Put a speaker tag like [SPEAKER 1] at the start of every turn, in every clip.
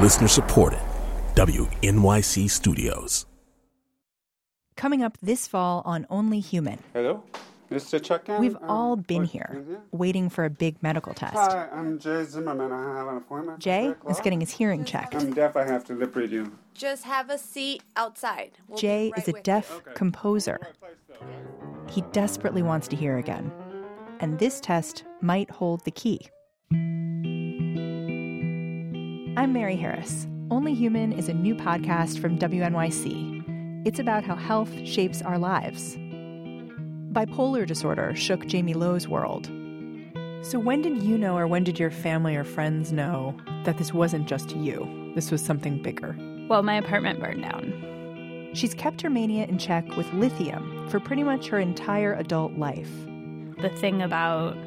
[SPEAKER 1] Listener supported. WNYC Studios.
[SPEAKER 2] Coming up this fall on Only Human,
[SPEAKER 3] Hello, Mr. Chuckan.
[SPEAKER 2] we've
[SPEAKER 4] Mm-hmm.
[SPEAKER 3] Um,
[SPEAKER 2] all been
[SPEAKER 3] what-
[SPEAKER 2] here
[SPEAKER 3] Mhm.
[SPEAKER 2] waiting for a big medical test.
[SPEAKER 3] Hi, I'm Jay Zimmerman. I have an appointment. at
[SPEAKER 2] Jay
[SPEAKER 3] three
[SPEAKER 2] is
[SPEAKER 3] o'clock.
[SPEAKER 2] getting his hearing checked.
[SPEAKER 3] I'm deaf. I have to lip read you.
[SPEAKER 4] Just have a seat outside. We'll be
[SPEAKER 2] Jay
[SPEAKER 4] right
[SPEAKER 2] is a
[SPEAKER 4] with
[SPEAKER 2] deaf
[SPEAKER 4] you.
[SPEAKER 2] composer. He desperately wants to hear again. And this test might hold the key. I'm Mary Harris. Only Human is a new podcast from WNYC. It's about how health shapes our lives. Bipolar disorder shook Jamie Lowe's world.
[SPEAKER 5] So, when did you know, or when did your family or friends know that this wasn't just you? This was something bigger.
[SPEAKER 6] Well, my apartment burned down.
[SPEAKER 2] She's kept her mania in check with lithium for pretty much her entire adult life.
[SPEAKER 6] The thing about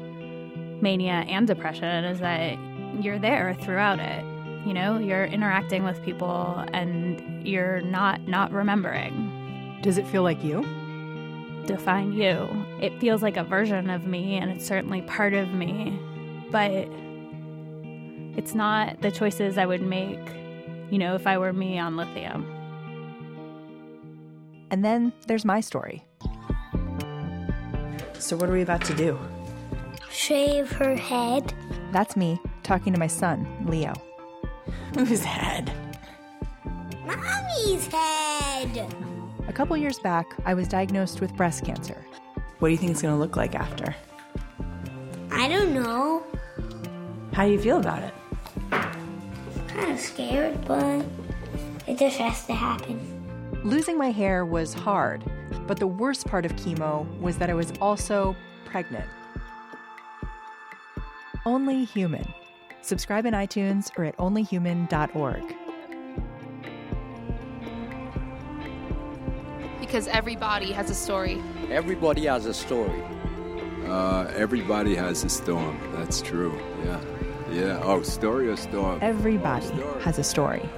[SPEAKER 6] mania and depression is that you're there throughout it. You know, you're interacting with people and you're not not remembering.
[SPEAKER 5] Does it feel like you?
[SPEAKER 6] Define you. It feels like a version of me and it's certainly part of me, but it's not the choices I would make, you know, if I were me on lithium.
[SPEAKER 2] And then there's my story.
[SPEAKER 5] So, what are we about to do?
[SPEAKER 7] shave her head.
[SPEAKER 2] That's me talking to my son, Leo.
[SPEAKER 5] Whose head?
[SPEAKER 7] Mommy's head.
[SPEAKER 2] A couple years back, I was diagnosed with breast cancer.
[SPEAKER 5] What do you think it's going to look like after?
[SPEAKER 7] I don't know.
[SPEAKER 5] How do you feel about it?
[SPEAKER 7] Kind of scared, but it just has to happen.
[SPEAKER 2] Losing my hair was hard, but the worst part of chemo was that I was also pregnant. Only Human. Subscribe in iTunes or at onlyhuman.org.
[SPEAKER 8] because everybody has a story.
[SPEAKER 9] Everybody has a story.
[SPEAKER 10] Uh, everybody has a storm. That's true. Yeah. Yeah. Oh, story or storm?
[SPEAKER 2] Everybody
[SPEAKER 10] Oh, story.
[SPEAKER 2] has a story.